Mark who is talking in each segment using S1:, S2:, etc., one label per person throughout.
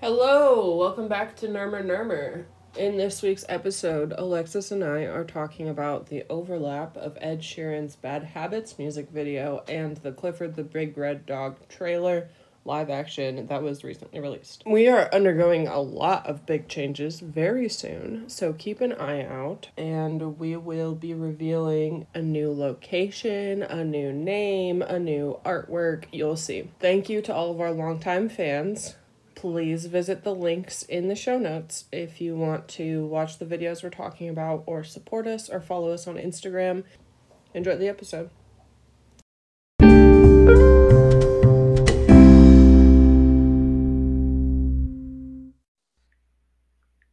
S1: Hello, welcome back to Nurmer Nurmer. In this week's episode, Alexis and I are talking about the overlap of Ed Sheeran's Bad Habits music video and the Clifford the Big Red Dog trailer live action that was recently released. We are undergoing a lot of big changes very soon, so keep an eye out and we will be revealing a new location, a new name, a new artwork. You'll see. Thank you to all of our longtime fans please visit the links in the show notes if you want to watch the videos we're talking about or support us or follow us on Instagram. Enjoy the episode.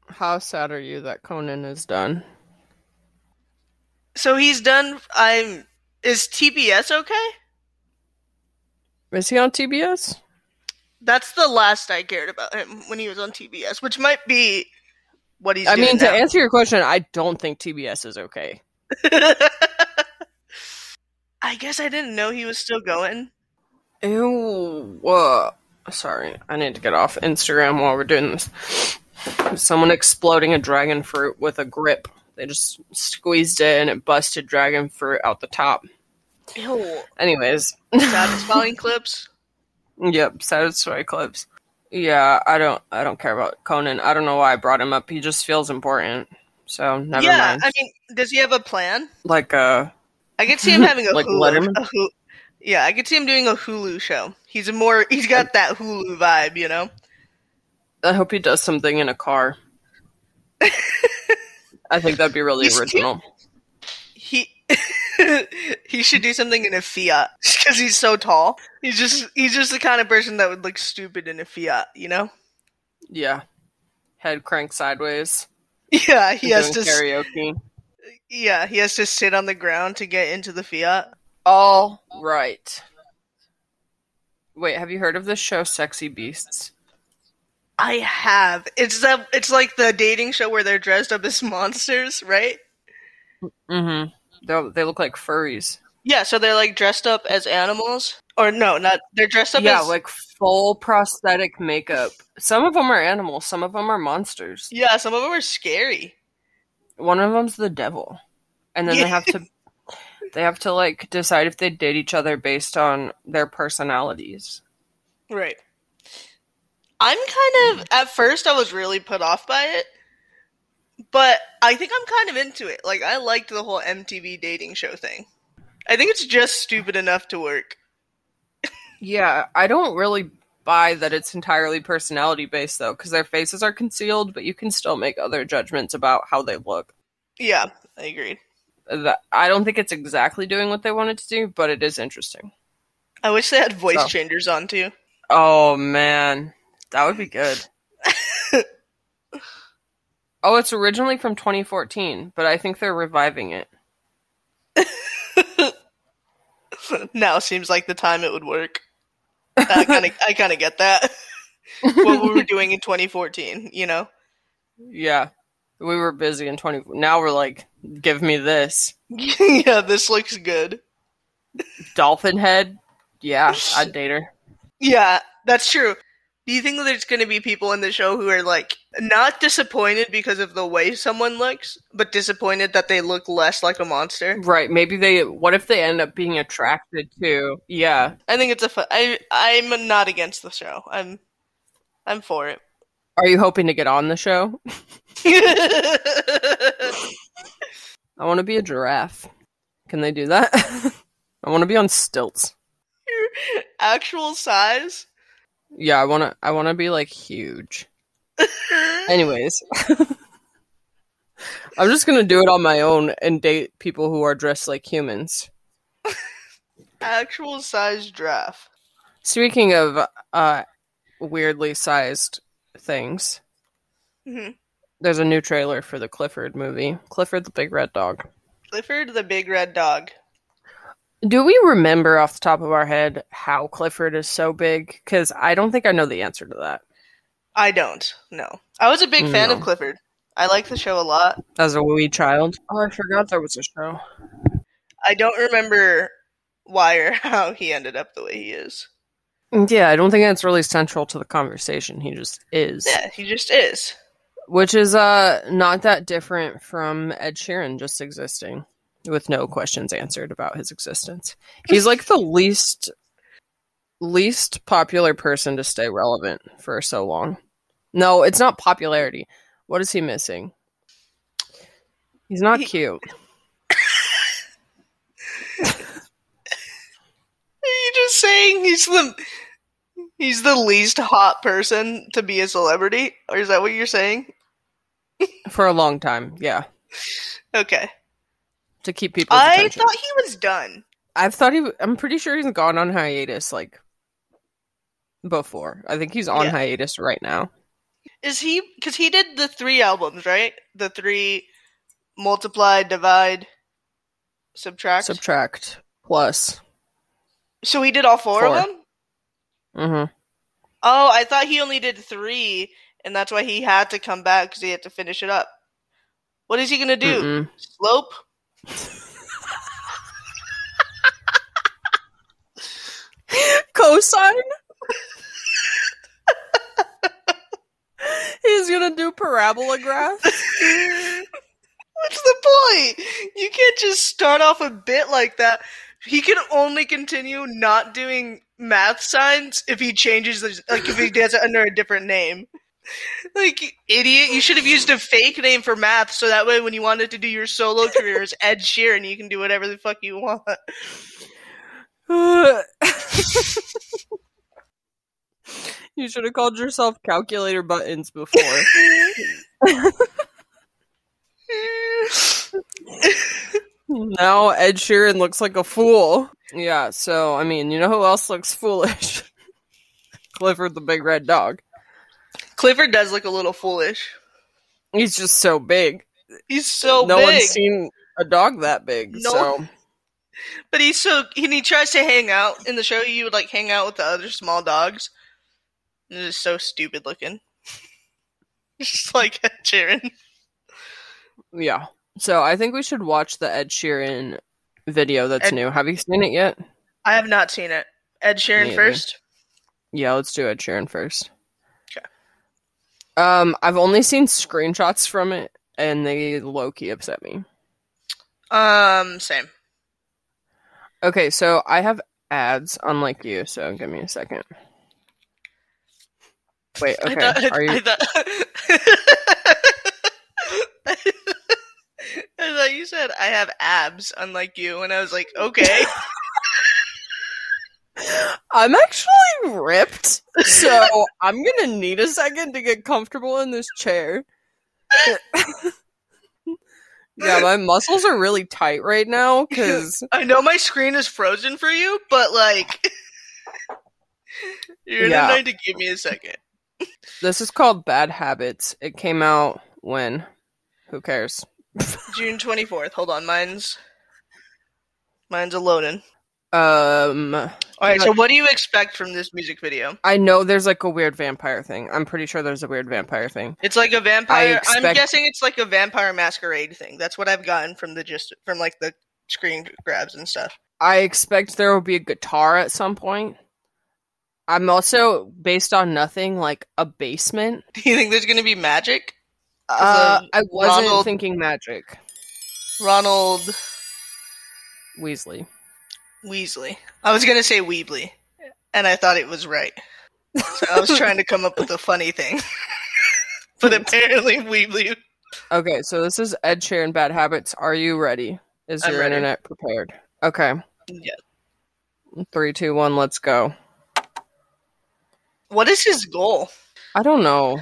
S1: How sad are you that Conan is done?
S2: So he's done. I'm. Is TBS okay?
S1: Is he on TBS?
S2: That's the last I cared about him when he was on TBS, which might be what he's.
S1: I
S2: doing
S1: mean, to
S2: now.
S1: answer your question, I don't think TBS is okay.
S2: I guess I didn't know he was still going.
S1: Ew. uh, Sorry, I need to get off Instagram while we're doing this. Someone exploding a dragon fruit with a grip. They just squeezed it and it busted dragon fruit out the top.
S2: Ew.
S1: Anyways,
S2: Satisfying clips.
S1: yep, satisfy clips. Yeah, I don't, I don't care about Conan. I don't know why I brought him up. He just feels important. So never
S2: yeah,
S1: mind.
S2: I mean, does he have a plan?
S1: like uh,
S2: I could see him having a
S1: Like
S2: Hulu.
S1: Letterman?
S2: a Hulu- yeah, I could see him doing a Hulu show. He's a more. He's got that Hulu vibe, you know.
S1: I hope he does something in a car. I think that'd be really
S2: He's cute.
S1: original.
S2: He. he should do something in a Fiat because he's so tall. He's just he's just the kind of person that would look stupid in a Fiat, you know.
S1: Yeah, head crank sideways.
S2: Yeah, he has to.
S1: doing
S2: s-
S1: karaoke.
S2: Yeah, he has to sit on the ground to get into the Fiat.
S1: All right. Wait, have you heard of this show, Sexy Beasts?
S2: I have. It's the. It's like the dating show where they're dressed up as monsters, right?
S1: Mm-hmm. They they look like furries.
S2: Yeah, so they're like dressed up as animals, or no, not they're dressed up.
S1: yeah,
S2: as,
S1: like full prosthetic makeup. Some of them are animals. Some of them are monsters.
S2: yeah. Some of them are scary.
S1: One of them's the devil, and then they have to they have to like decide if they date each other based on their personalities.
S2: Right. I'm kind of at first I was really put off by it, but I think I'm kind of into it. Like I liked the whole MTV dating show thing. I think it's just stupid enough to work.
S1: Yeah, I don't really buy that it's entirely personality based though, because their faces are concealed, but you can still make other judgments about how they look.
S2: Yeah, I agree.
S1: that I don't think it's exactly doing what they wanted to do, but it is interesting.
S2: I wish they had voice
S1: So.
S2: changers on too.
S1: Oh man, that would be good. oh, it's originally from 2014, but I think they're reviving it.
S2: now seems like the time it would work. I kind of, I kind of get that. what we were doing in 2014, you know?
S1: Yeah, we were busy in 20. Now we're like, give me this
S2: yeah, this looks good.
S1: dolphin head. Yeah, I'd date her.
S2: Yeah, that's true. Do you think that there's going to be people in the show who are like not disappointed because of the way someone looks, but disappointed that they look less like a monster?
S1: Right? Maybe they. What if they end up being attracted to? Yeah.
S2: I think it's a fun. I I'm not against the show. I'm I'm for it.
S1: Are you hoping to get on the show? I want to be a giraffe. Can they do that? I want to be on stilts.
S2: Actual size.
S1: Yeah, I want to I want to be like huge. Anyways, I'm just going to do it on my own and date people who are dressed like humans.
S2: Actual size giraffe.
S1: Speaking of uh weirdly sized things,
S2: Mhm.
S1: there's a new trailer for the Clifford movie, Clifford the Big Red Dog.
S2: Clifford the big red dog.
S1: Do we remember off the top of our head how Clifford is so big? Cuz I don't think I know the answer to that.
S2: I don't. No. I was a big fan of
S1: No.
S2: Clifford. I like the show a lot.
S1: As a wee child. Oh, I forgot there was a show.
S2: I don't remember why or how he ended up the way he is.
S1: Yeah, I don't think that's really central to the conversation. He just is.
S2: Yeah, he just is.
S1: Which is uh not that different from Ed Sheeran just existing with no questions answered about his existence. He's like the least least popular person to stay relevant for so long. No, it's not popularity. What is he missing? He's not
S2: He-
S1: cute.
S2: Are you just saying he's the he's the least hot person to be a celebrity? Or is that what you're saying?
S1: For a long time, yeah.
S2: Okay.
S1: To keep people's
S2: I
S1: attention.
S2: thought he was done.
S1: I've thought he. I'm pretty sure he's gone on hiatus like before. I think he's on
S2: Yeah.
S1: hiatus right now.
S2: Is he cuz he did the 3 albums, right? The 3 multiply, divide, subtract.
S1: Subtract plus.
S2: so he did all four,
S1: Four.
S2: of them?
S1: hmm
S2: Oh, I thought he only did 3 and that's why he had to come back cuz he had to finish it up. What is he going to do?
S1: Mm-mm.
S2: Slope?
S1: Cosine. he's gonna do parabola graphs.
S2: What's the point? You can't just start off a bit like that. He can only continue not doing math signs if he changes, the, like if he does it under a different name. Like idiot, you should have used a fake name for math, so that way when you wanted to do your solo career as Ed Sheeran, you can do whatever the fuck you want.
S1: you should have called yourself calculator buttons before. Now Ed Sheeran looks like a fool. Yeah, so I mean, you know who else looks foolish? Clifford the big red dog.
S2: Clifford does look a little foolish.
S1: He's just so big.
S2: He's so
S1: no
S2: big.
S1: one's seen a dog that big.
S2: No.
S1: So
S2: But he's so and he tries to hang out in the show. You would like hang out with the other small dogs. It's just so stupid looking. just like Ed Sheeran.
S1: yeah. So I think we should watch the Ed Sheeran video that's
S2: Ed-
S1: new. Have you seen it yet?
S2: I have not seen it. Ed Sheeran
S1: Maybe.
S2: first.
S1: Yeah, let's do Ed Sheeran first.
S2: Okay.
S1: Um, I've only seen screenshots from it, and they low key upset me.
S2: Um, same.
S1: Okay, so I have ads, unlike you. So give me a second. Wait. Okay.
S2: I thought.
S1: Are you?
S2: I, thought I thought you said I have abs, unlike you, and I was like, okay.
S1: I'm actually ripped, so I'm gonna need a second to get comfortable in this chair. yeah, my muscles are really tight right now because
S2: I know my screen is frozen for you, but like, you're
S1: Yeah.
S2: gonna need to give me a second.
S1: this is called Bad Habits. It came out when? Who cares?
S2: June twenty fourth. Hold on, mine's mine's a loading.
S1: Um,
S2: All right.
S1: Yeah.
S2: So, what do you expect from this music video?
S1: I know there's like a weird vampire thing. I'm pretty sure there's a weird vampire thing.
S2: It's like a vampire. I'm
S1: expect-
S2: guessing it's like a vampire masquerade thing. That's what I've gotten from the just from like the screen grabs and stuff.
S1: I expect there will be a guitar at some point. I'm also based on nothing like a basement.
S2: Do you think there's gonna be magic?
S1: Uh,
S2: a
S1: I wasn't
S2: Ronald-
S1: thinking magic.
S2: Ronald
S1: Weasley.
S2: Weasley. I was gonna say Weebly, and I thought it was right. So I was trying to come up with a funny thing, but apparently Weebly.
S1: Okay, so this is Ed Sheeran Bad Habits. Are you ready? Is
S2: I'm
S1: your
S2: ready.
S1: internet prepared? Okay.
S2: Yeah.
S1: Three, two, one, let's go.
S2: What is his goal?
S1: I don't know.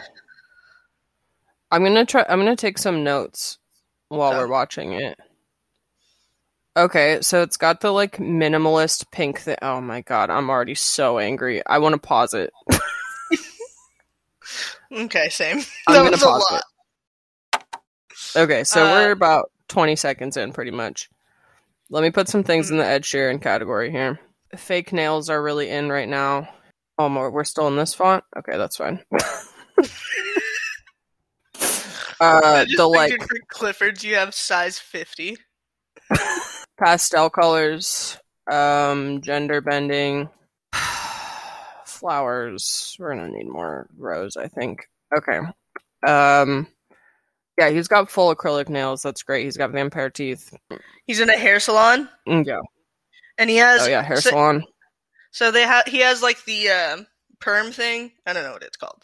S1: I'm gonna try I'm gonna take some notes while
S2: Okay.
S1: we're watching it. Okay, so it's got the like minimalist pink thing. Oh my god, I'm already so angry. I wanna pause it.
S2: Okay, same.
S1: I'm
S2: that
S1: gonna
S2: was a
S1: pause
S2: lot.
S1: it. Okay, so
S2: Uh,
S1: we're about 20 seconds in, pretty much. Let me put some things
S2: Mm.
S1: in the Ed Sheeran category here. Fake nails are really in right now. Oh, my, we're still in this font. Okay, that's fine.
S2: I
S1: uh,
S2: just
S1: the like
S2: pictured for Clifford's, you have size fifty.
S1: pastel colors, um, gender bending, flowers. We're gonna need more rows, I think. Okay. Um yeah, he's got full acrylic nails. That's great. He's got vampire teeth.
S2: He's in a hair salon,
S1: Mm, Yeah.
S2: and he has
S1: Oh yeah, hair
S2: so,
S1: salon.
S2: so they have he has like the um perm thing. I don't know what it's called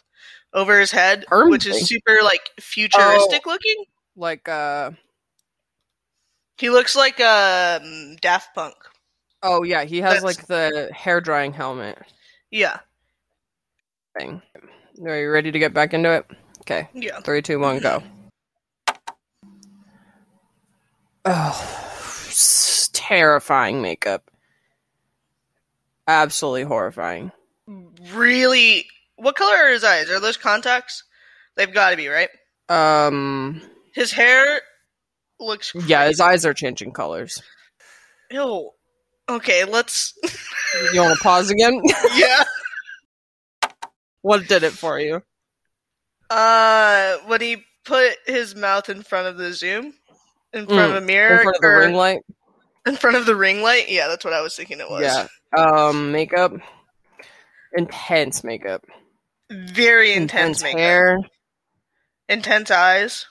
S2: over his head,
S1: Perm
S2: which
S1: thing? Oh.
S2: is super like futuristic looking.
S1: Like uh
S2: He looks like um Daft Punk.
S1: oh yeah, he has
S2: That's-
S1: like the hair drying helmet
S2: Yeah,
S1: thing. Are you ready to get back into it? Okay.
S2: yeah.
S1: Three, two, one, go. Oh, s- terrifying makeup. Absolutely horrifying.
S2: Really, what color are his eyes? Are those contacts? They've got to be right.
S1: Um,
S2: His hair looks. Crazy.
S1: yeah, his eyes are changing colors.
S2: Ew. Okay, let's.
S1: You want to pause again?
S2: yeah.
S1: what did it for you?
S2: Uh, when he put his mouth in front of the zoom, in front
S1: Mm,
S2: of a mirror,
S1: In front of the
S2: or-
S1: ring light?
S2: in front of the ring light. Yeah, that's what I was thinking. It was.
S1: Yeah. Um, makeup. Intense makeup.
S2: Very intense, makeup.
S1: hair.
S2: Intense eyes.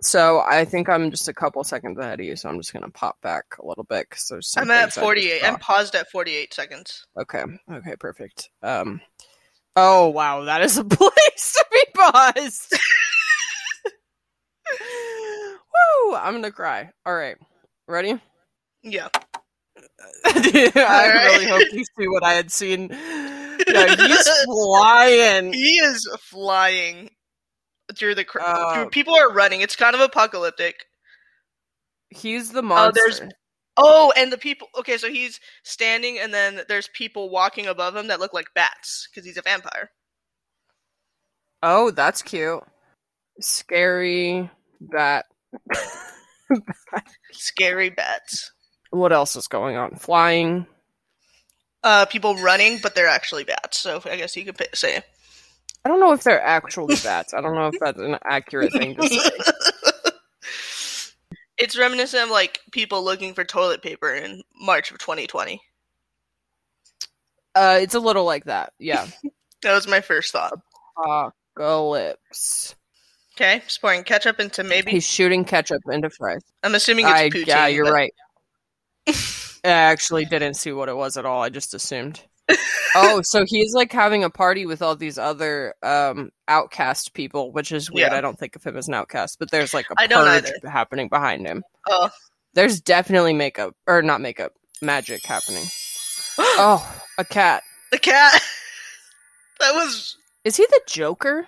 S1: So I think I'm just a couple seconds ahead of you, so I'm just gonna pop back a little bit because there's. some
S2: I'm at
S1: things I just
S2: 48. I'm
S1: saw.
S2: paused at 48 seconds.
S1: Okay. Okay. Perfect. Um. Oh wow, that is a place to be paused. Woo! I'm gonna cry. All right. Ready?
S2: Yeah.
S1: I
S2: right.
S1: really hope you see what I had seen. Yeah, he's flying.
S2: He is flying through the crowd.
S1: Uh,
S2: people are running. It's kind of apocalyptic.
S1: He's the
S2: Oh,
S1: monster.
S2: there's- Oh, and the people. Okay, so he's standing, and then there's people walking above him that look like bats because he's a vampire.
S1: Oh, that's cute. Scary bat.
S2: Scary bats.
S1: What else is going on? Flying.
S2: Uh, people running, but they're actually bats. So I guess you could pi- say.
S1: I don't know if they're actually bats. I don't know if that's an accurate thing to say.
S2: it's reminiscent of like people looking for toilet paper in March of 2020.
S1: Uh, it's a little like that. Yeah.
S2: That was my first thought.
S1: Apocalypse.
S2: Okay, just pouring ketchup into maybe.
S1: He's shooting ketchup into fries.
S2: I'm assuming it's
S1: I,
S2: poutine.
S1: yeah, you're
S2: but-
S1: right. I actually didn't see what it was at all. I just assumed. oh, so he's like having a party with all these other um outcast people, which is weird.
S2: Yeah.
S1: I don't think of him as an outcast, but there's like a
S2: I don't
S1: purge
S2: either.
S1: happening behind him.
S2: Oh.
S1: There's definitely makeup or not makeup, magic happening. oh, a cat.
S2: The cat. that was.
S1: Is he the Joker?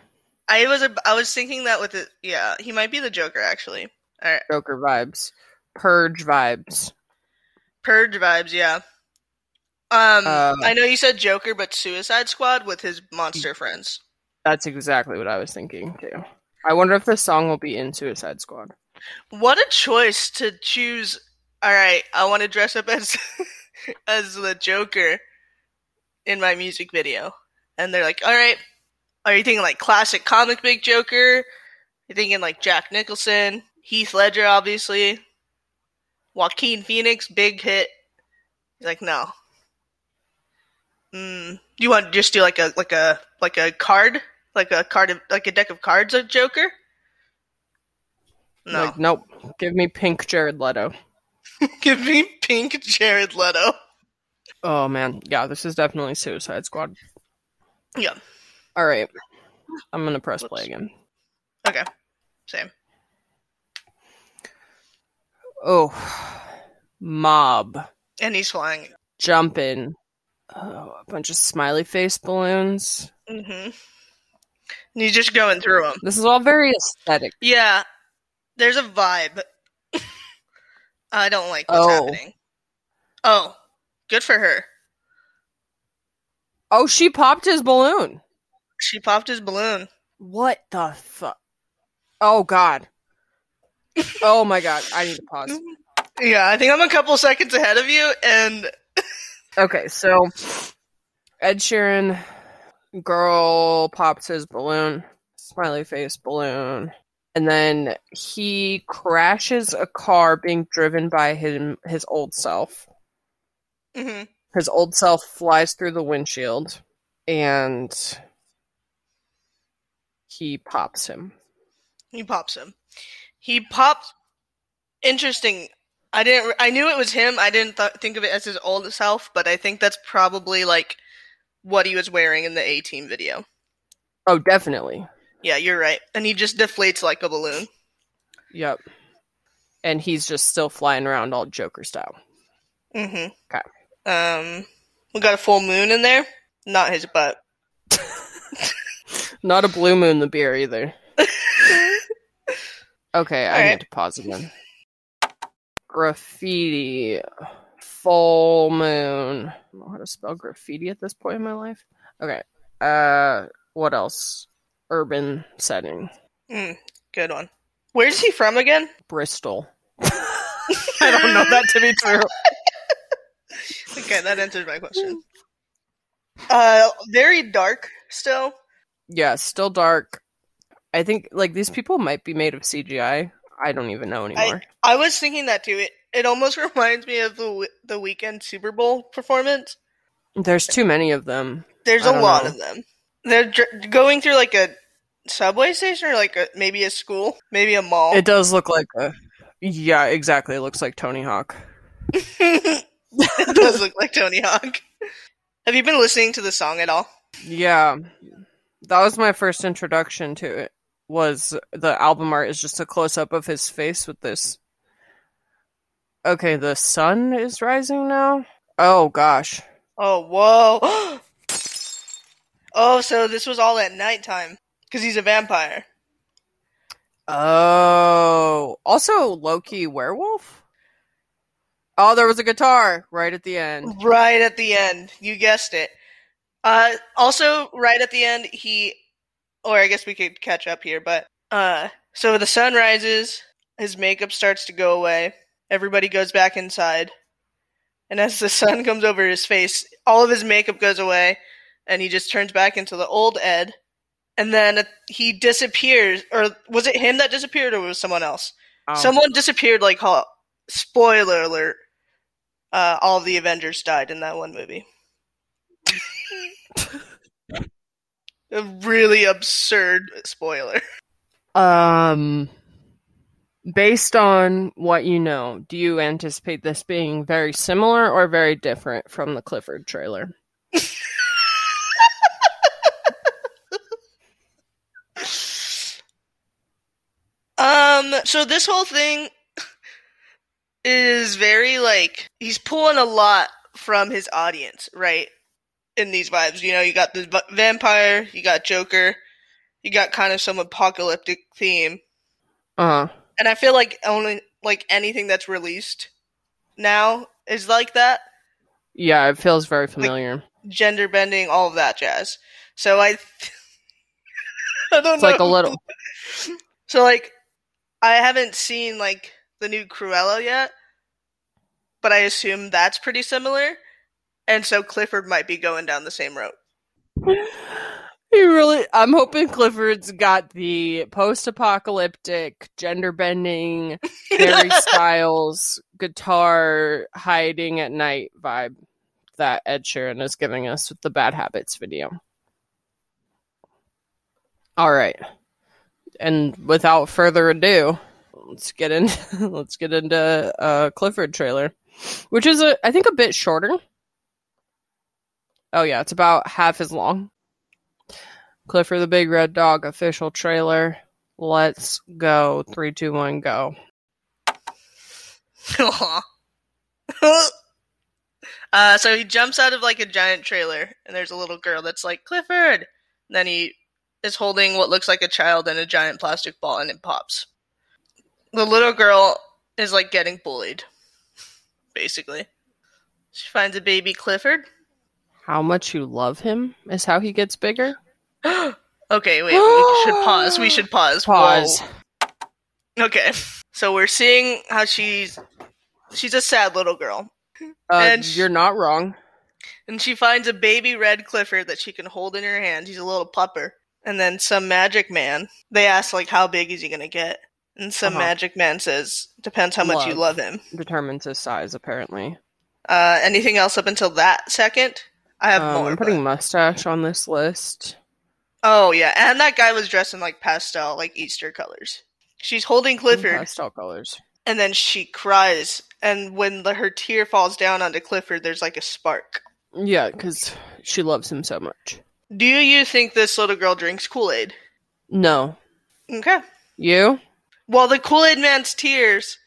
S2: I was. ab- I was thinking that with it. Yeah, he might be the Joker actually. All right,
S1: Joker vibes. Purge vibes.
S2: purge vibes. Yeah. Um,
S1: Uh,
S2: I know you said Joker, but Suicide Squad with his monster friends.
S1: That's exactly what I was thinking too. I wonder if this song will be in Suicide Squad.
S2: What a choice to choose. All right, I want to dress up as as the Joker in my music video, and they're like, "All right, are you thinking like classic comic book Joker? You're thinking like Jack Nicholson, Heath Ledger, obviously, Joaquin Phoenix, big hit." He's like, "No." Mm, you want to just do like a like a like a card, like a card, of, like a deck of cards, a Joker? No.
S1: Like, nope. Give me pink Jared Leto.
S2: Give me pink Jared Leto.
S1: Oh man. Yeah, this is definitely Suicide Squad.
S2: Yeah.
S1: All right. I'm gonna press play
S2: Whoops.
S1: again.
S2: Okay. Same.
S1: Oh mob.
S2: And he's flying.
S1: Jumping. Oh, a bunch of smiley face balloons.
S2: Mm-hmm. And he's just going through them.
S1: This is all very aesthetic.
S2: Yeah. There's a vibe. I don't like what's
S1: Oh.
S2: happening. Oh. Good for her.
S1: Oh, she popped his balloon.
S2: She popped his balloon.
S1: What the fuck? Oh god. oh my god. I need to pause.
S2: Yeah, I think I'm a couple seconds ahead of you, and
S1: Okay, so Ed Sheeran girl pops his balloon, smiley face balloon, and then he crashes a car being driven by him his old self.
S2: Mhm.
S1: His old self flies through the windshield and he pops him.
S2: He pops him. He pops. Interesting. I didn't. I knew it was him. I didn't th- think of it as his old self, but I think that's probably like what he was wearing in the A Team video.
S1: Oh, definitely.
S2: Yeah, you're right. And he just deflates like a balloon.
S1: Yep. And he's just still flying around all Joker style.
S2: Mm-hmm.
S1: 'Kay.
S2: Um, we got a full moon in there. Not his butt.
S1: Not a blue moon the beer either. Okay, I
S2: Alright.
S1: need to pause again. Graffiti. Full moon. I don't know how to spell graffiti at this point in my life. Okay. Uh what else? Urban setting.
S2: mm, good one. Where's he from again?
S1: Bristol. I don't know that to be true.
S2: Okay, that answers my question. Uh, very dark still.
S1: Yeah, still dark. I think like these people might be made of CGI. I don't even know anymore.
S2: I was thinking that too. It it almost reminds me of the w- the weekend Super Bowl performance.
S1: There's too many of them.
S2: There's
S1: I
S2: a
S1: don't
S2: lot
S1: know.
S2: of them. They're dr- going through like a subway station or like a, maybe a school, maybe a mall.
S1: It does look like a Yeah, exactly. It looks like Tony Hawk.
S2: it does look like Tony Hawk. Have you been listening to the song at all?
S1: Yeah. That was my first introduction to it. Was the album art is just a close up of his face with this Okay, the sun is rising now. Oh gosh.
S2: Oh, whoa. oh, so this was all at nighttime because he's a vampire.
S1: Oh. Also Loki werewolf? Oh, there was a guitar right at the end.
S2: Right at the end, you guessed it. Uh, also, right at the end, he, or I guess we could catch up here, but uh, so the sun rises, his makeup starts to go away, everybody goes back inside, and as the sun comes over his face, all of his makeup goes away, and he just turns back into the old Ed, and then he disappears, or was it him that disappeared, or was it someone else?
S1: Oh.
S2: Someone disappeared like Hulk. Spoiler alert. Uh, all the Avengers died in that one movie. A really absurd spoiler.
S1: Um, based on what you know, do you anticipate this being very similar or very different from the Clifford trailer?
S2: Um, so this whole thing is very like he's pulling a lot from his audience, right? In these vibes, you know, you got the v- vampire, you got Joker, you got kind of some apocalyptic theme.
S1: Uh,
S2: and I feel like only like anything that's released now is like that
S1: yeah, it feels very familiar.
S2: gender bending, all of that jazz. So I, th- I don't
S1: it's
S2: know.
S1: like a little.
S2: So like, I haven't seen like the new Cruella yet, but I assume that's pretty similar, and so Clifford might be going down the same road.
S1: You really, I'm hoping Clifford's got the post-apocalyptic, gender-bending, Harry Styles guitar hiding at night vibe that Ed Sheeran is giving us with the Bad Habits video. All right. And without further ado, let's get in let's get into uh Clifford trailer, which is a I think a bit shorter. Oh yeah, it's about half as long. Clifford the Big Red Dog official trailer. Let's go. Three, two, one, go.
S2: Aw. uh, so he jumps out of like a giant trailer, and there's a little girl that's like Clifford. And then he is holding what looks like a child and a giant plastic ball, and it pops. The little girl is like getting bullied, basically. She finds a baby Clifford.
S1: how much you love him is how he gets bigger.
S2: okay, wait. We should pause. We should pause. Whoa.
S1: Pause.
S2: Okay. So we're seeing how she's she's a sad little girl.
S1: Uh,
S2: And sh-
S1: you're not wrong.
S2: And she finds a baby red Clifford that she can hold in her hand. He's a little pupper. And then some magic man. They ask like, how big is he gonna get? And some
S1: Uh-huh.
S2: magic man says, depends how much you
S1: Love.
S2: love him.
S1: Determines his size, apparently.
S2: Uh, anything else up until that second? I have
S1: Um,
S2: more.
S1: I'm putting
S2: but-
S1: mustache on this list.
S2: Oh yeah, and that guy was dressed in like pastel, like Easter colors. She's holding Clifford,
S1: Pastel colors.
S2: and then she cries, and when the, her tear falls down onto Clifford, there's like a spark.
S1: Yeah, because she loves him so much.
S2: Do you think this little girl drinks Kool Aid?
S1: No,
S2: Okay.
S1: you?
S2: Well, the Kool Aid Man's tears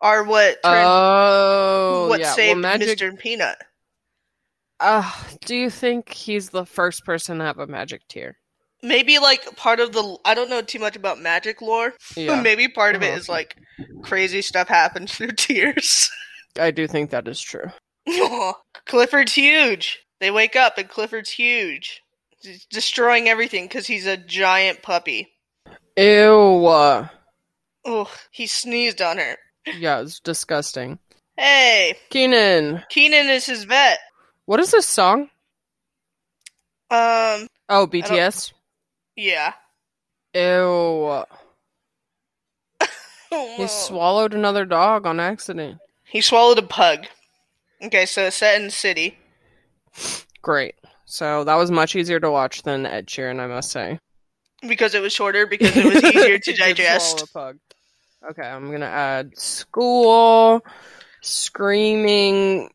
S2: are what turned,
S1: Oh,
S2: what
S1: yeah.
S2: saved
S1: well, magic.
S2: Mr. Peanut.
S1: Uh, do you think he's the first person to have a magic tear?
S2: Maybe like part of the I don't know too much about magic lore,
S1: Yeah,
S2: but maybe part of it
S1: Uh-huh.
S2: is like crazy stuff happens through tears.
S1: I do think that is true.
S2: Aw, Clifford's huge. They wake up and Clifford's huge. He's destroying everything because he's a giant puppy.
S1: Ew. uh,
S2: Oh, he sneezed on her.
S1: yeah, it's disgusting.
S2: Hey,
S1: Keenan,
S2: Keenan is his vet.
S1: what is this song?
S2: Um,
S1: Oh, BTS.
S2: yeah.
S1: Ew.
S2: Oh,
S1: He
S2: no.
S1: swallowed another dog on accident.
S2: He swallowed a pug. Okay, so it's set in the city.
S1: Great. So that was much easier to watch than Ed Sheeran, I must say.
S2: Because it was shorter, because it was easier to
S1: He did
S2: digest.
S1: swallow a pug. Okay, I'm gonna add school, screaming.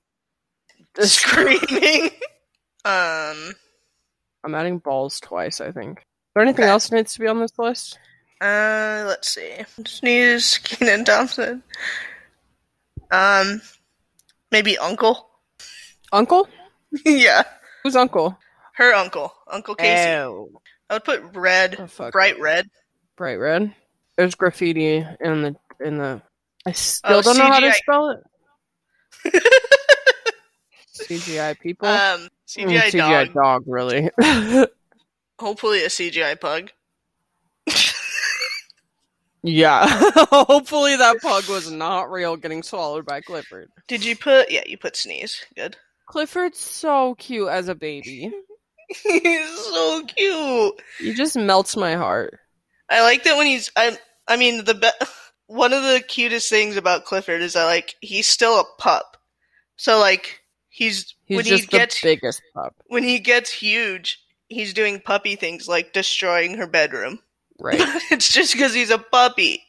S2: Screaming. um,
S1: I'm adding balls twice. I think. Is there anything
S2: Okay.
S1: else that needs to be on this list?
S2: Uh, let's see. Sneeze, Keenan Thompson. Um, maybe uncle.
S1: Uncle?
S2: yeah,
S1: Who's uncle?
S2: her uncle, Uncle Casey.
S1: Oh,
S2: I would put red,
S1: oh, fuck.
S2: bright red.
S1: bright red. There's graffiti in the in the. I still
S2: Oh,
S1: don't know how to
S2: CGI.
S1: spell it. CGI people.
S2: Um,
S1: Mm,
S2: CGI,
S1: CGI
S2: dog.
S1: dog really.
S2: Hopefully a CGI pug.
S1: yeah. Hopefully that pug was not real getting swallowed by Clifford.
S2: Did you put? Yeah, you put sneeze. Good.
S1: Clifford's so cute as a baby.
S2: he's so cute.
S1: He just melts my heart.
S2: I like that when he's. I. I mean the be- One of the cutest things about Clifford is that like he's still a pup. So like he's
S1: He's
S2: when
S1: just
S2: he
S1: the
S2: gets
S1: biggest pup,
S2: when he gets huge, he's doing puppy things like destroying her bedroom.
S1: right?
S2: it's just because he's a puppy.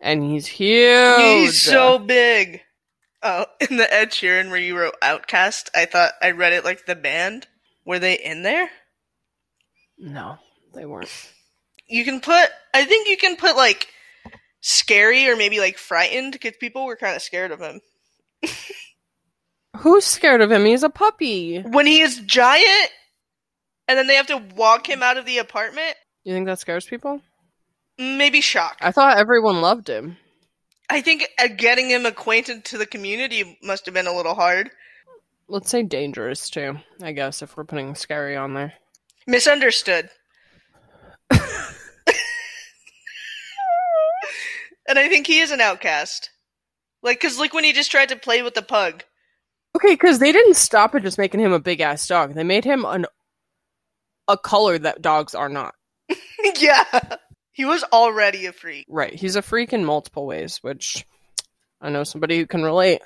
S1: and he's huge.
S2: He's so big. Oh, in the Ed Sheeran where you wrote Outcast, I thought I read it like the band. Were they in there?
S1: no, they weren't.
S2: You can put. I think you can put like scary or maybe like frightened because people were kind of scared of him
S1: Who's scared of him? He's a puppy.
S2: when he is giant, and then they have to walk him out of the apartment.
S1: You think that scares people?
S2: Maybe shock.
S1: I thought everyone loved him.
S2: I think uh, getting him acquainted to the community must have been a little hard.
S1: Let's say dangerous too. I guess if we're putting scary on there.
S2: Misunderstood. and I think he is an outcast. Like, cause like when he just tried to play with the pug.
S1: Okay, because they didn't stop at just making him a big ass dog. They made him an a color that dogs are not.
S2: yeah, he was already a freak.
S1: Right. He's a freak in multiple ways, which I know somebody who can relate.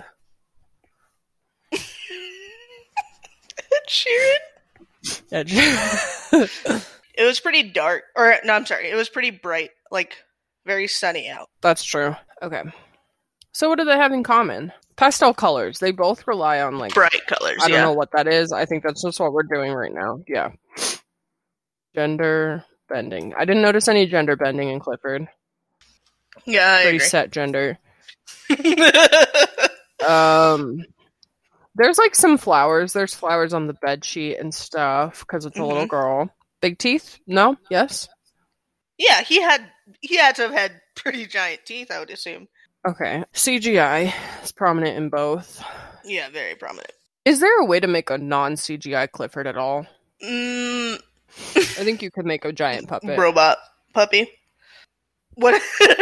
S2: Sheeran.
S1: Ed-
S2: It was pretty dark, or no, I'm sorry, it was pretty bright, like very sunny out.
S1: That's true. Okay. So what do they have in common? Pastel colors. They both rely on like
S2: Bright colors.
S1: I don't
S2: yeah.
S1: know what that is. I think that's just what we're doing right now. Yeah. Gender bending. I didn't notice any gender bending in Clifford.
S2: Yeah, I
S1: Pretty
S2: agree.
S1: set gender. Um there's like some flowers. There's flowers on the bed sheet and stuff because it's a
S2: Mm-hmm.
S1: little girl. Big teeth? No? Yes?
S2: yeah, he had he had to have had pretty giant teeth, I would assume.
S1: Okay. CGI is prominent in both.
S2: Yeah, very prominent.
S1: Is there a way to make a non CGI Clifford at all?
S2: Mm,
S1: I think you could make a giant puppet.
S2: robot puppy. What?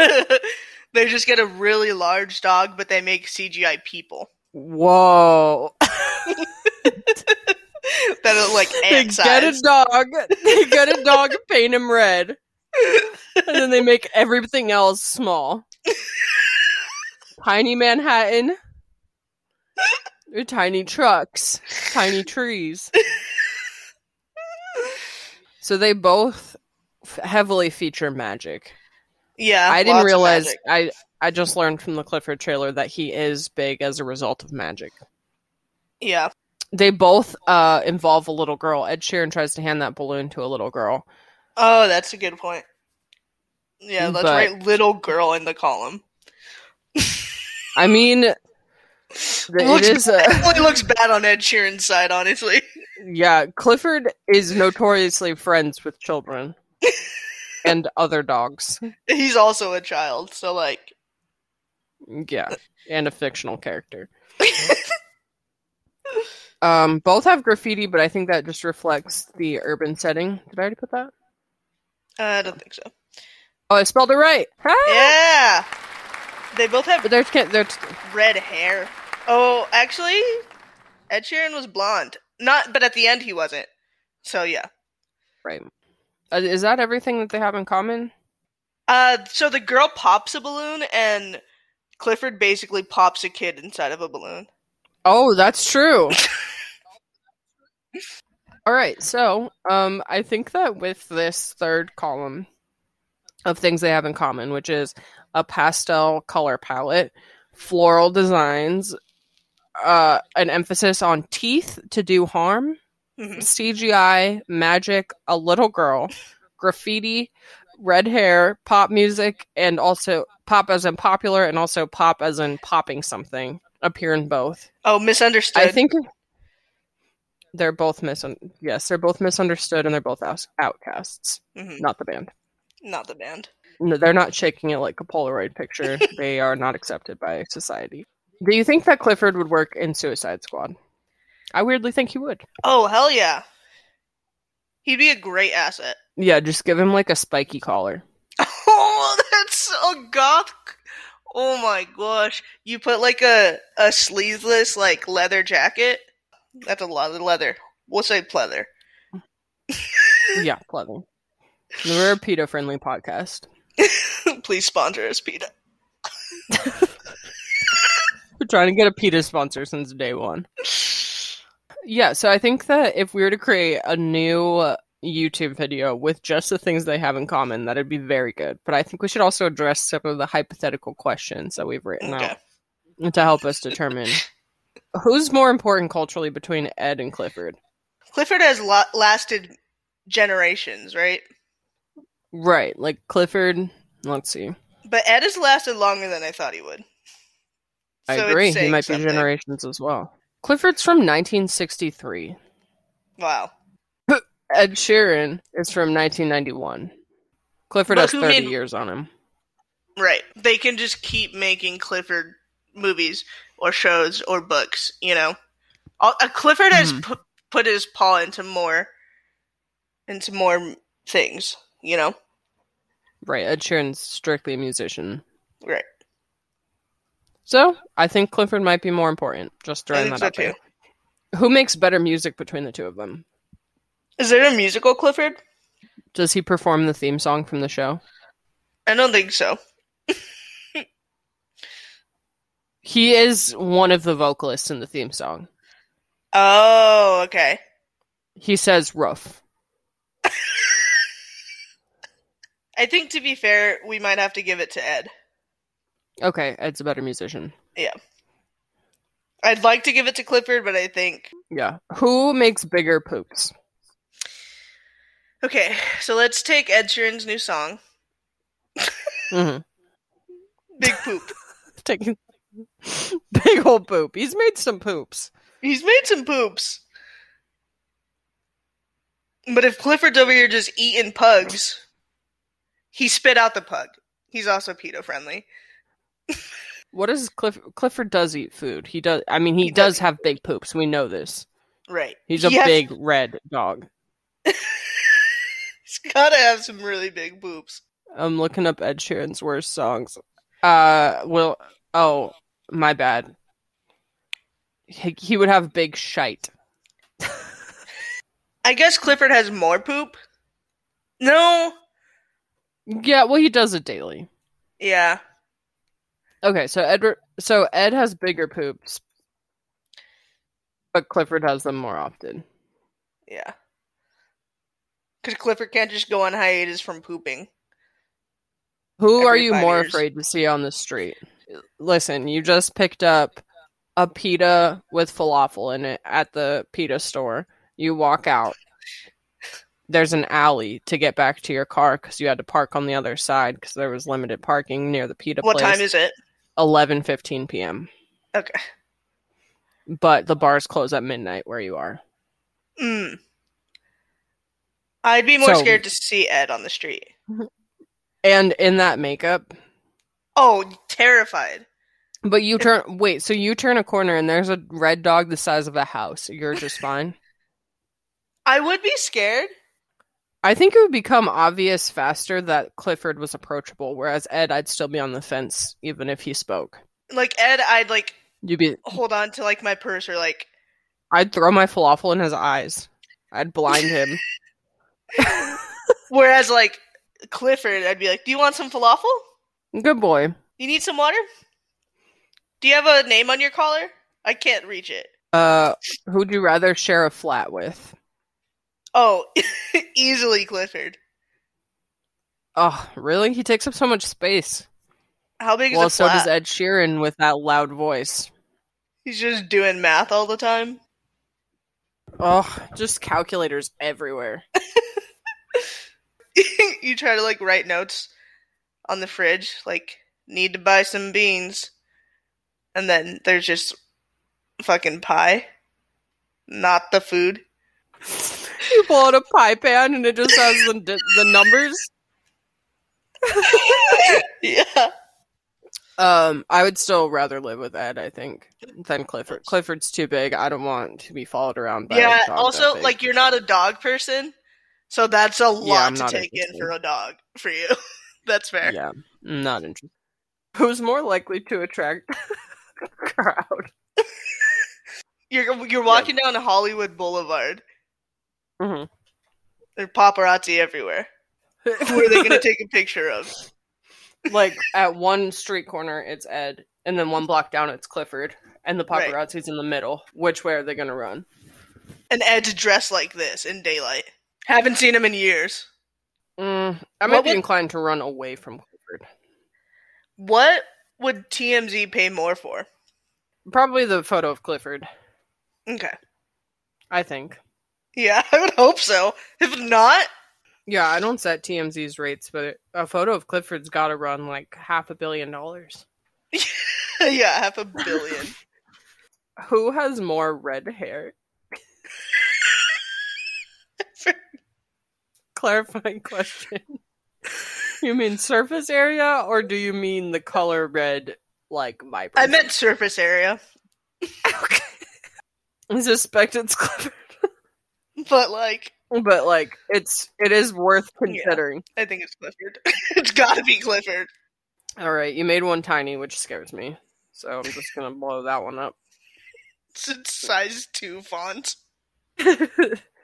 S2: they just get a really large dog, but they make CGI people
S1: Whoa.
S2: that are like
S1: they
S2: ant
S1: get a
S2: size.
S1: dog. They get a dog, paint him red, and then they make everything else small. Tiny Manhattan. They're tiny trucks, tiny trees. so they both f- heavily feature magic.
S2: Yeah,
S1: I
S2: lots
S1: didn't
S2: of
S1: realize
S2: magic.
S1: I I just learned from the Clifford trailer that he is big as a result of magic.
S2: Yeah,
S1: They both uh, involve a little girl. Ed Sheeran tries to hand that balloon to a little girl.
S2: Oh, that's a good point. Yeah, let's
S1: But-
S2: write little girl in the column.
S1: I mean, th- it
S2: Looks
S1: is a,
S2: It looks bad on Ed Sheeran's side, honestly.
S1: yeah. Clifford is notoriously friends with children and other dogs.
S2: He's also a child, so like,
S1: Yeah, and a fictional character. Um, both have graffiti, but I think that just reflects the urban setting. Did I already put that?
S2: I don't think so.
S1: Oh, I spelled it right. Ah!
S2: Yeah, they both have
S1: But there's can't there's
S2: red hair. Oh, actually, Ed Sheeran was blonde. Not, but at the end he wasn't. So yeah.
S1: right. Uh, Is that everything that they have in common?
S2: Uh, so the girl pops a balloon, and Clifford basically pops a kid inside of a balloon.
S1: Oh, that's true. All right, so um, I think that with this third column of things they have in common, which is a pastel color palette, floral designs, uh, an emphasis on teeth to do harm,
S2: Mhm.
S1: CGI, magic, a little girl, graffiti, red hair, pop music, and also pop as in popular, and also pop as in popping something appear in both.
S2: Oh, misunderstood.
S1: I think they're both misun. Yes, they're both misunderstood, and they're both out- outcasts.
S2: Mhm.
S1: Not the band.
S2: not the band.
S1: No, they're not shaking it like a Polaroid picture. they are not accepted by society. Do you think that Clifford would work in Suicide Squad? I weirdly think he would.
S2: Oh hell yeah. He'd be a great asset.
S1: Yeah, just give him like a spiky collar.
S2: Oh, that's a goth. Oh my gosh. You put like a a sleeveless like leather jacket. That's a lot of leather. We'll say pleather.
S1: Yeah, pleather. We're a pedo-friendly podcast.
S2: Please sponsor us, PETA.
S1: We're trying to get a PETA sponsor since day one. Yeah, so I think that if we were to create a new uh, YouTube video with just the things they have in common, that'd be very good. But I think we should also address some of the hypothetical questions that we've written
S2: Okay.
S1: out to help us determine who's more important culturally between Ed and Clifford.
S2: Clifford has lo- lasted generations, right?
S1: Right, like Clifford. Let's see.
S2: But Ed has lasted longer than I thought he would.
S1: I
S2: So it's
S1: agree. He
S2: saying
S1: might
S2: something.
S1: be generations as well. Clifford's from 1963.
S2: Wow.
S1: Ed Sheeran is from 1991. Clifford
S2: But
S1: has
S2: who
S1: 30
S2: made-
S1: years on him.
S2: Right. They can just keep making Clifford movies or shows or books, you know. Al- uh, Clifford has
S1: Mhm.
S2: pu- put his paw into more into more things, you know.
S1: Right, Ed Sheeran's strictly a musician.
S2: Right.
S1: So, I think Clifford might be more important, just
S2: I
S1: throwing
S2: think
S1: that
S2: so
S1: out
S2: too.
S1: there. Who makes better music between the two of them?
S2: Is there a musical Clifford?
S1: Does he perform the theme song from the show?
S2: I don't think so.
S1: He is one of the vocalists in the theme song.
S2: Oh, okay.
S1: He says rough.
S2: I think to be fair, we might have to give it to Ed.
S1: Okay, Ed's a better musician.
S2: I'd like to give it to Clifford, but I think
S1: Yeah. Who makes bigger poops?
S2: okay. So let's take Ed Sheeran's new song,
S1: hmm
S2: Big Poop.
S1: Taking big old poop. He's made some poops.
S2: He's made some poops. But if Clifford's over here just eating pugs, he spit out the pug. He's also pedo friendly.
S1: What is Cliff- Clifford does eat food. He does. I mean, he,
S2: He does
S1: does have big poops. We know this.
S2: Right.
S1: He's a
S2: He has-
S1: big red dog.
S2: He's gotta have some really big poops.
S1: I'm looking up Ed Sheeran's worst songs. Uh, well, oh, my bad. He, he would have big shite.
S2: I guess Clifford has more poop. No.
S1: Yeah, well, he does it daily.
S2: Yeah.
S1: Okay, so Edward, so Ed has bigger poops, But Clifford has them more often.
S2: Yeah. Because Clifford can't just go on hiatus from pooping.
S1: Who
S2: Every
S1: are you
S2: five
S1: more
S2: years.
S1: afraid to see on the street? Listen, you just picked up a pita with falafel in it at the pita store. You walk out. There's an alley to get back to your car because you had to park on the other side because there was limited parking near the pita
S2: What
S1: place.
S2: time is it?
S1: 11:15 p.m.
S2: Okay.
S1: But the bars close at midnight where you are.
S2: Mm. I'd be more
S1: So-
S2: scared to see Ed on the street.
S1: And in that makeup,
S2: Oh, terrified.
S1: but you turn wait, so you turn a corner and there's a red dog the size of a house. You're just fine.
S2: I would be scared.
S1: I think it would become obvious faster that Clifford was approachable, whereas Ed, I'd still be on the fence even if he spoke.
S2: Like Ed, I'd like
S1: You'd be,
S2: hold on to like my purse or like
S1: I'd throw my falafel in his eyes. I'd blind him.
S2: whereas like Clifford, I'd be like, "Do you want some falafel?
S1: Good boy.
S2: You need some water? Do you have a name on your collar? I can't reach it."
S1: Uh, who'd you rather share a flat with?
S2: Oh, easily Clifford.
S1: Oh, really? He takes up so much space.
S2: How big is
S1: well,
S2: a
S1: so
S2: flat?
S1: does Ed Sheeran with that loud voice.
S2: He's just doing math all the time.
S1: Oh, just calculators everywhere.
S2: you try to like write notes on the fridge, like need to buy some beans, and then there's just fucking pie, not the food.
S1: you pull out a pie pan and it just has the, the numbers.
S2: yeah,
S1: Um, I would still rather live with Ed, I think, than Clifford. Clifford's too big. I don't want to be followed around by a
S2: yeah.
S1: dog that
S2: Also,
S1: big.
S2: like you're not a dog person, so that's a
S1: I'm
S2: lot
S1: not
S2: to take in
S1: interested.
S2: for a dog for you. that's fair.
S1: yeah, not interested. Who's more likely to attract crowd?
S2: You're you're walking down Hollywood Boulevard.
S1: Mhm.
S2: Mm-hmm. There are paparazzi everywhere. Who are they going to take a picture of?
S1: like at one street corner, it's Ed, and then one block down, it's Clifford, and the
S2: Right.
S1: paparazzi's in the middle. Which way are they going to run?
S2: an Ed's dressed like this in daylight. Haven't seen him in years.
S1: Mm, I
S2: What
S1: might be
S2: would-
S1: inclined to run away from Clifford.
S2: What would TMZ pay more for?
S1: Probably the photo of Clifford.
S2: Okay.
S1: I think.
S2: Yeah, I would hope so. If not,
S1: Yeah, I don't set TMZ's rates, but a photo of Clifford's got to run like half a billion dollars.
S2: yeah, half a billion.
S1: Who has more red hair? Clarifying question. You mean surface area, or do you mean the color red, like vibrant?
S2: I meant surface area,
S1: I suspect it's Clifford,
S2: but like,
S1: but like it's it is worth considering.
S2: I think it's Clifford. it's gotta be Clifford.
S1: All right, you made one tiny, which scares me, so I'm just gonna blow that one up.
S2: It's in size two font.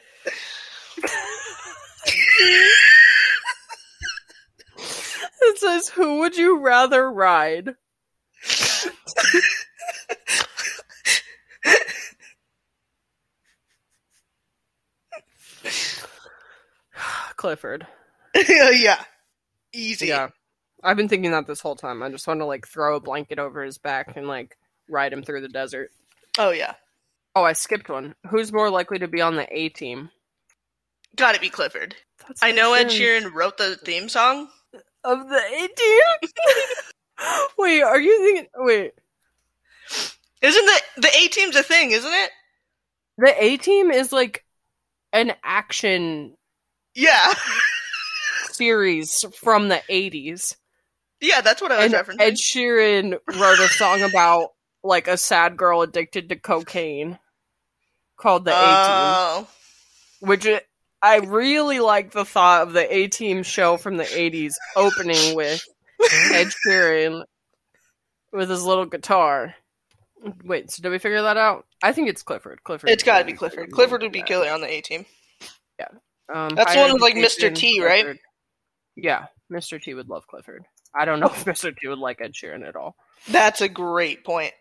S2: Oh,
S1: It says, "Who would you rather ride?" Clifford.
S2: yeah. Easy.
S1: Yeah. I've been thinking that this whole time. I just want to like throw a blanket over his back and like ride him through the desert.
S2: Oh yeah.
S1: Oh, I skipped one. Who's more likely to be on the A team?
S2: Gotta be Clifford. I know Ed
S1: Sheeran
S2: Sheeran wrote the theme song.
S1: of the A team. wait, are you thinking? Wait,
S2: Isn't the the A team's a thing, isn't it?
S1: the A team is like an action
S2: Yeah.
S1: series from the '80s.
S2: Yeah, that's what I was
S1: and
S2: referencing.
S1: Ed Sheeran wrote a song about like a sad girl addicted to cocaine called the A
S2: Oh.
S1: Team, which i I really like the thought of the A Team show from the '80s opening with Ed Sheeran with his little guitar. Wait, so did we figure that out? I think it's Clifford. Clifford.
S2: It's got to be
S1: Yeah.
S2: Clifford. Clifford would be killer on the A team.
S1: Um,
S2: That's the
S1: higher
S2: one with, like, Mr.
S1: education,
S2: T, right?
S1: Clifford. Yeah, Mr. T would love Clifford. I don't know if Mr. T would like Ed Sheeran at all.
S2: That's a great point.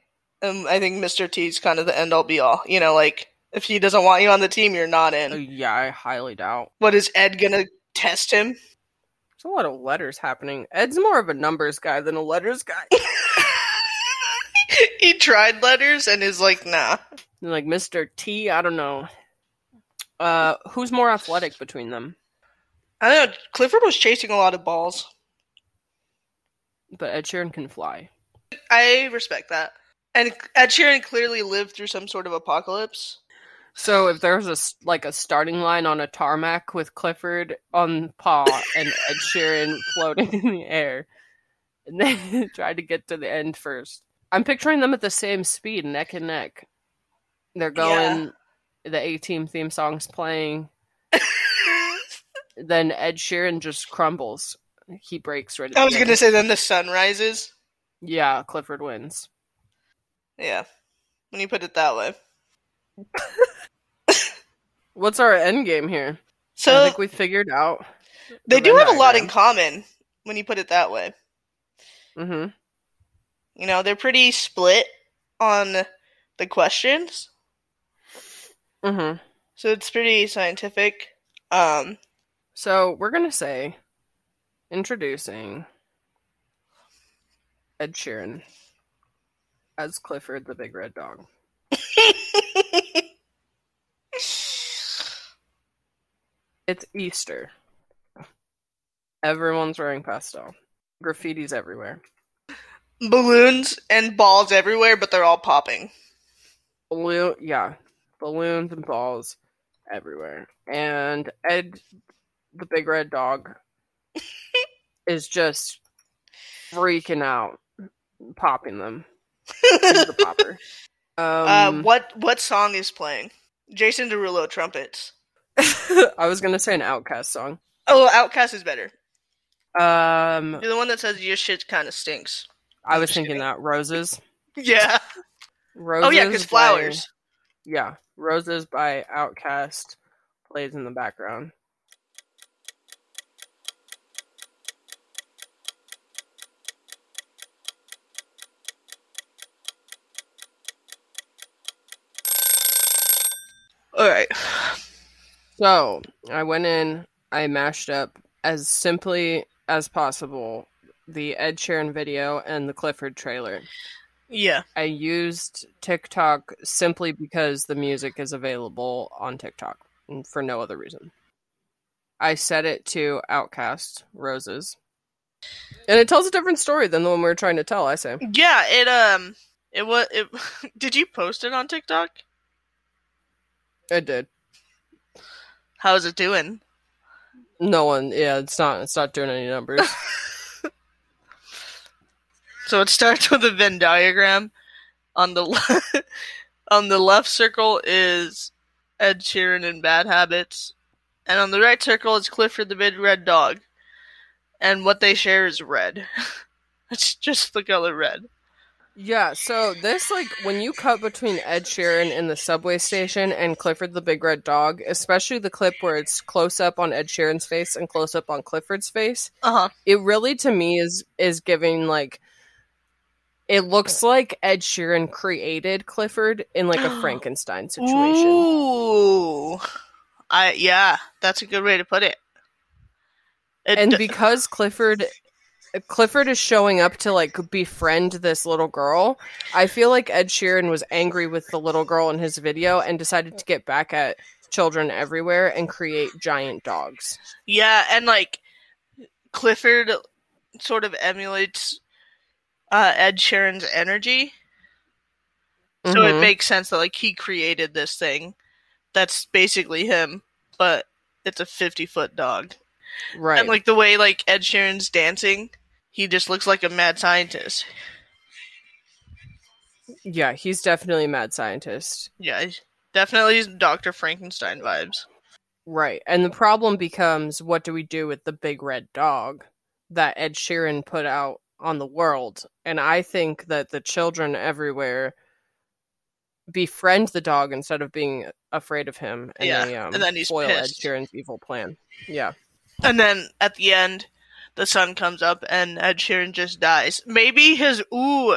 S2: Um, I think Mr. T's kind of the end all be all. You know, like if he doesn't want you on the team, you're not
S1: Uh,
S2: in.
S1: Yeah, I highly doubt.
S2: What is Ed gonna test him?
S1: There's a lot of letters happening. Ed's more of a numbers guy than a letters guy.
S2: he tried letters and is like, nah.
S1: And, like Mr. T, I don't know. Uh, who's more athletic between them?
S2: I don't know. Clifford was chasing a lot of balls.
S1: But Ed Sheeran can fly.
S2: I respect that. And Ed Sheeran clearly lived through some sort of apocalypse.
S1: So if there was a s- like a starting line on a tarmac with Clifford on paw and Ed Sheeran floating in the air, and they tried to get to the end first, I'm picturing them at the same speed, neck and neck. They're going. The A Team theme song's playing. Then Ed Sheeran just crumbles. He breaks right. at
S2: I
S1: the
S2: was
S1: end.
S2: gonna say then the sun rises.
S1: Yeah, Clifford wins.
S2: Yeah. When you put it that way.
S1: What's our end game here? I
S2: So
S1: think we figured out.
S2: they
S1: the
S2: do
S1: Venn
S2: have a lot in
S1: diagram.
S2: common when you put it that way.
S1: hmm
S2: You know, they're pretty split on the questions.
S1: hmm
S2: So it's pretty scientific. Um
S1: So we're gonna say, introducing Ed Sheeran as Clifford the Big Red Dog. It's Easter. Everyone's wearing pastel. Graffiti's everywhere.
S2: balloons and balls everywhere, but they're all popping.
S1: Balloon, yeah, balloons and balls everywhere. And Ed, the Big Red Dog, is just freaking out, popping them. He's the popper.
S2: uh,
S1: Um,
S2: what what song is playing? Jason Derulo trumpets.
S1: I was gonna say an Outcast song.
S2: Oh, Outcast is better.
S1: Um,
S2: You're the one that says your shit kind of stinks.
S1: I was thinking that roses,
S2: Yeah.
S1: roses.
S2: Oh yeah, because
S1: by-
S2: flowers.
S1: yeah, roses by Outcast plays in the background.
S2: All right.
S1: So I went in, I mashed up as simply as possible the Ed Sheeran video and the Clifford trailer.
S2: Yeah.
S1: I used TikTok simply because the music is available on TikTok and for no other reason. I set it to Outcast Roses. And it tells a different story than the one we were trying to tell, I say.
S2: Yeah. It um. It was. It. did you post it on TikTok?
S1: It did.
S2: How's it doing?
S1: No one yeah, it's not it's not doing any numbers.
S2: So it starts with a Venn diagram. On the le- on the left circle is Ed Sheeran and Bad Habits, and on the right circle is Clifford the Big Red Dog, and what they share is red. it's just the color red.
S1: yeah, so this like when you cut between Ed Sheeran in the subway station and Clifford the Big Red Dog, especially the clip where it's close up on Ed Sheeran's face and close up on Clifford's face,
S2: Uh huh.
S1: it really to me is is giving like it looks like Ed Sheeran created Clifford in like a Frankenstein situation.
S2: Ooh. I yeah, that's a good way to put it. It
S1: And
S2: d-
S1: because Clifford Clifford is showing up to like befriend this little girl, I feel like Ed Sheeran was angry with the little girl in his video and decided to get back at children everywhere and create giant dogs.
S2: yeah, and like Clifford sort of emulates uh, Ed Sheeran's energy, so it
S1: Mhm.
S2: makes sense that like he created this thing that's basically him, but it's a fifty foot dog.
S1: right.
S2: And like the way like Ed Sheeran's dancing, he just looks like a mad scientist.
S1: yeah, he's definitely a mad scientist.
S2: Yeah, he's- definitely Doctor Frankenstein vibes.
S1: Right. And the problem becomes what do we do with the big red dog that Ed Sheeran put out on the world? And I think that the children everywhere befriend the dog instead of being afraid of him and
S2: Yeah,
S1: they um,
S2: and then he's
S1: foil
S2: pissed.
S1: Ed Sheeran's evil plan. Yeah.
S2: And then at the end, the sun comes up and Ed Sheeran just dies. Maybe his ooh,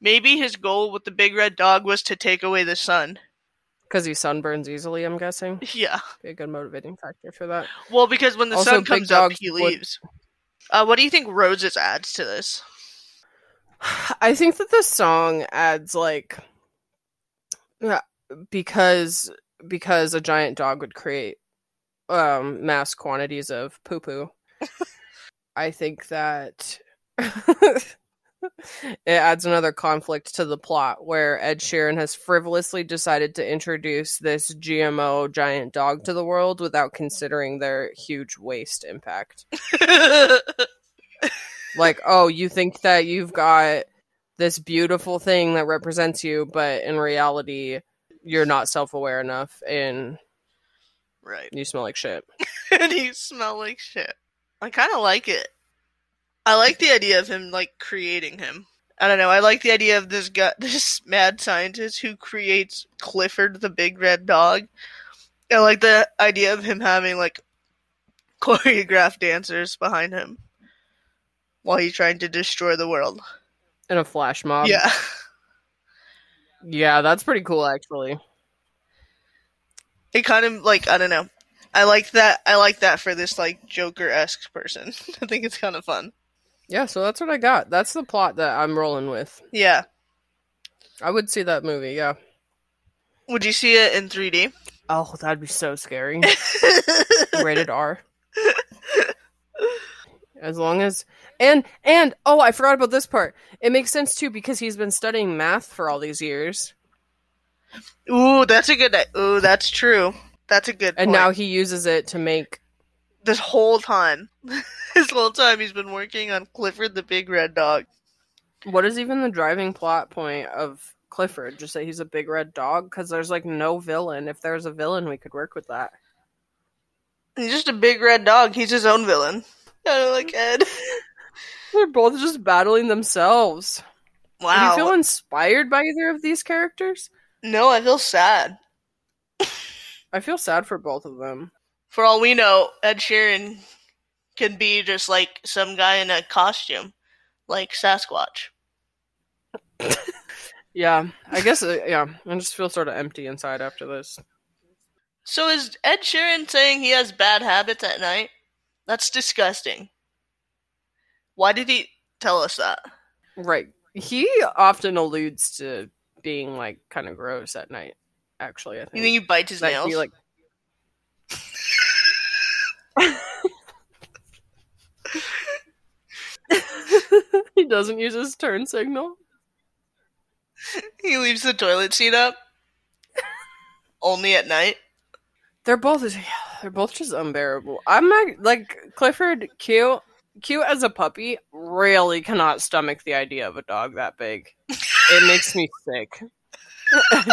S2: Maybe his goal with the big red dog was to take away the sun.
S1: Because he sunburns easily, I'm guessing.
S2: Yeah.
S1: Be a good motivating factor for that.
S2: Well, because when the
S1: Also,
S2: sun
S1: big
S2: comes up,
S1: dogs
S2: he
S1: would-
S2: leaves. Uh, what do you think Roses adds to this?
S1: I think that this song adds like yeah, because because a giant dog would create um mass quantities of poo poo. I think that it adds another conflict to the plot where Ed Sheeran has frivolously decided to introduce this GMO giant dog to the world without considering their huge waste impact like oh you think that you've got this beautiful thing that represents you but in reality you're not self-aware enough and
S2: right.
S1: you smell like shit
S2: and you smell like shit. I kind of like it. I like the idea of him like creating him. I don't know. I like the idea of this guy, this mad scientist who creates Clifford the big red dog. I like the idea of him having like choreographed dancers behind him while he's trying to destroy the world.
S1: in a flash mob
S2: yeah,
S1: yeah that's pretty cool actually
S2: it kind of like I don't know. I like that. I like that for this like Joker esque person. I think it's kind of fun.
S1: yeah so that's what i got that's the plot that i'm rolling with
S2: Yeah.
S1: i would see that movie yeah
S2: Would you see it in 3D?
S1: oh that'd be so scary rated r as long as and and oh i forgot about this part it makes sense too because he's been studying math for all these years
S2: Ooh, that's a good. Ooh, that's true. That's a good.
S1: and
S2: point.
S1: now he uses it to make
S2: this whole time, this whole time he's been working on Clifford the Big Red Dog.
S1: what is even the driving plot point of clifford just that he's a big red dog because there's like no villain if there's a villain we could work with that
S2: He's just a big red dog. He's his own villain. I don't like Ed.
S1: they're both just battling themselves
S2: Wow.
S1: do you feel inspired by either of these characters
S2: no, I feel sad.
S1: i feel sad for both of them
S2: For all we know, Ed Sheeran can be just like some guy in a costume, like Sasquatch.
S1: yeah i guess uh, yeah i just feel sort of empty inside after this
S2: So is Ed Sheeran saying he has bad habits at night? That's disgusting. Why did he tell us that?
S1: right he often alludes to being like kind of gross at night actually i think
S2: You think he bites his
S1: that
S2: nails?
S1: he like he doesn't use his turn signal.
S2: He leaves the toilet seat up. Only at night.
S1: They're both they're both just unbearable. I'm not like Clifford cute cute as a puppy really cannot stomach the idea of a dog that big. It makes me sick.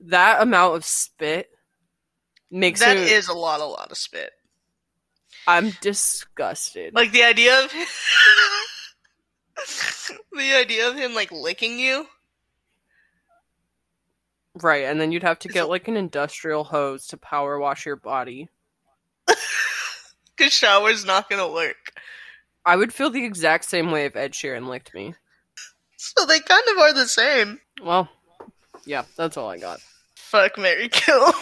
S1: that amount of spit makes
S2: That
S1: me
S2: is a lot, a lot of spit.
S1: I'm disgusted.
S2: Like the idea of the idea of him like licking you.
S1: Right, and then you'd have to
S2: It's
S1: get
S2: a-
S1: like an industrial hose to power wash your body.
S2: Cause shower's not gonna work.
S1: I would feel the exact same way if Ed Sheeran licked me.
S2: So they kind of are the same.
S1: Well, yeah, that's all I got.
S2: Fuck Mary Kill.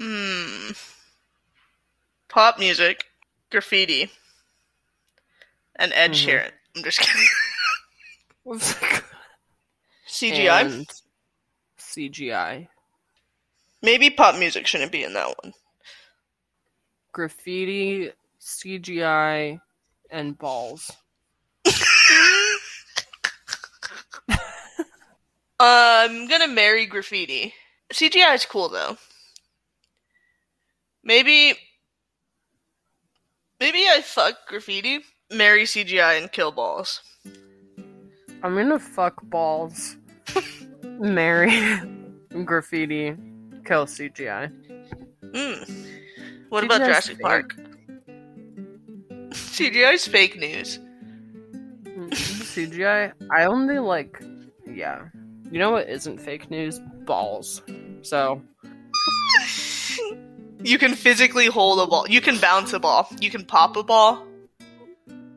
S2: Hmm. Pop music, graffiti, and Ed
S1: Mhm.
S2: Sheeran. I'm just kidding. CGI.
S1: And CGI.
S2: Maybe pop music shouldn't be in that one.
S1: Graffiti, CGI, and balls.
S2: I'm gonna marry graffiti. CGI is cool though. Maybe, maybe I fuck graffiti, marry CGI, and kill balls.
S1: I'm gonna fuck balls. Marry graffiti. Kill CGI.
S2: Hmm. What about
S1: CGI is
S2: Jurassic
S1: fake.
S2: Park? CGI is fake news.
S1: CGI. I only like, yeah. You know what isn't fake news? Balls. So
S2: You can physically hold a ball. You can bounce a ball. You can pop a ball.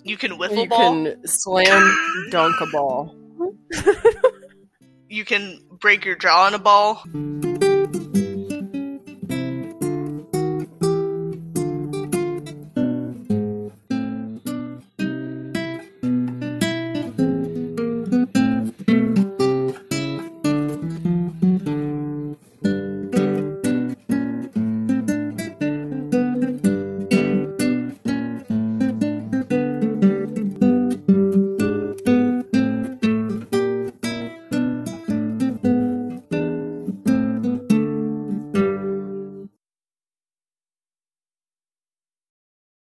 S2: You can wiffle
S1: You
S2: ball.
S1: can slam dunk a ball.
S2: You can break your jaw on a ball.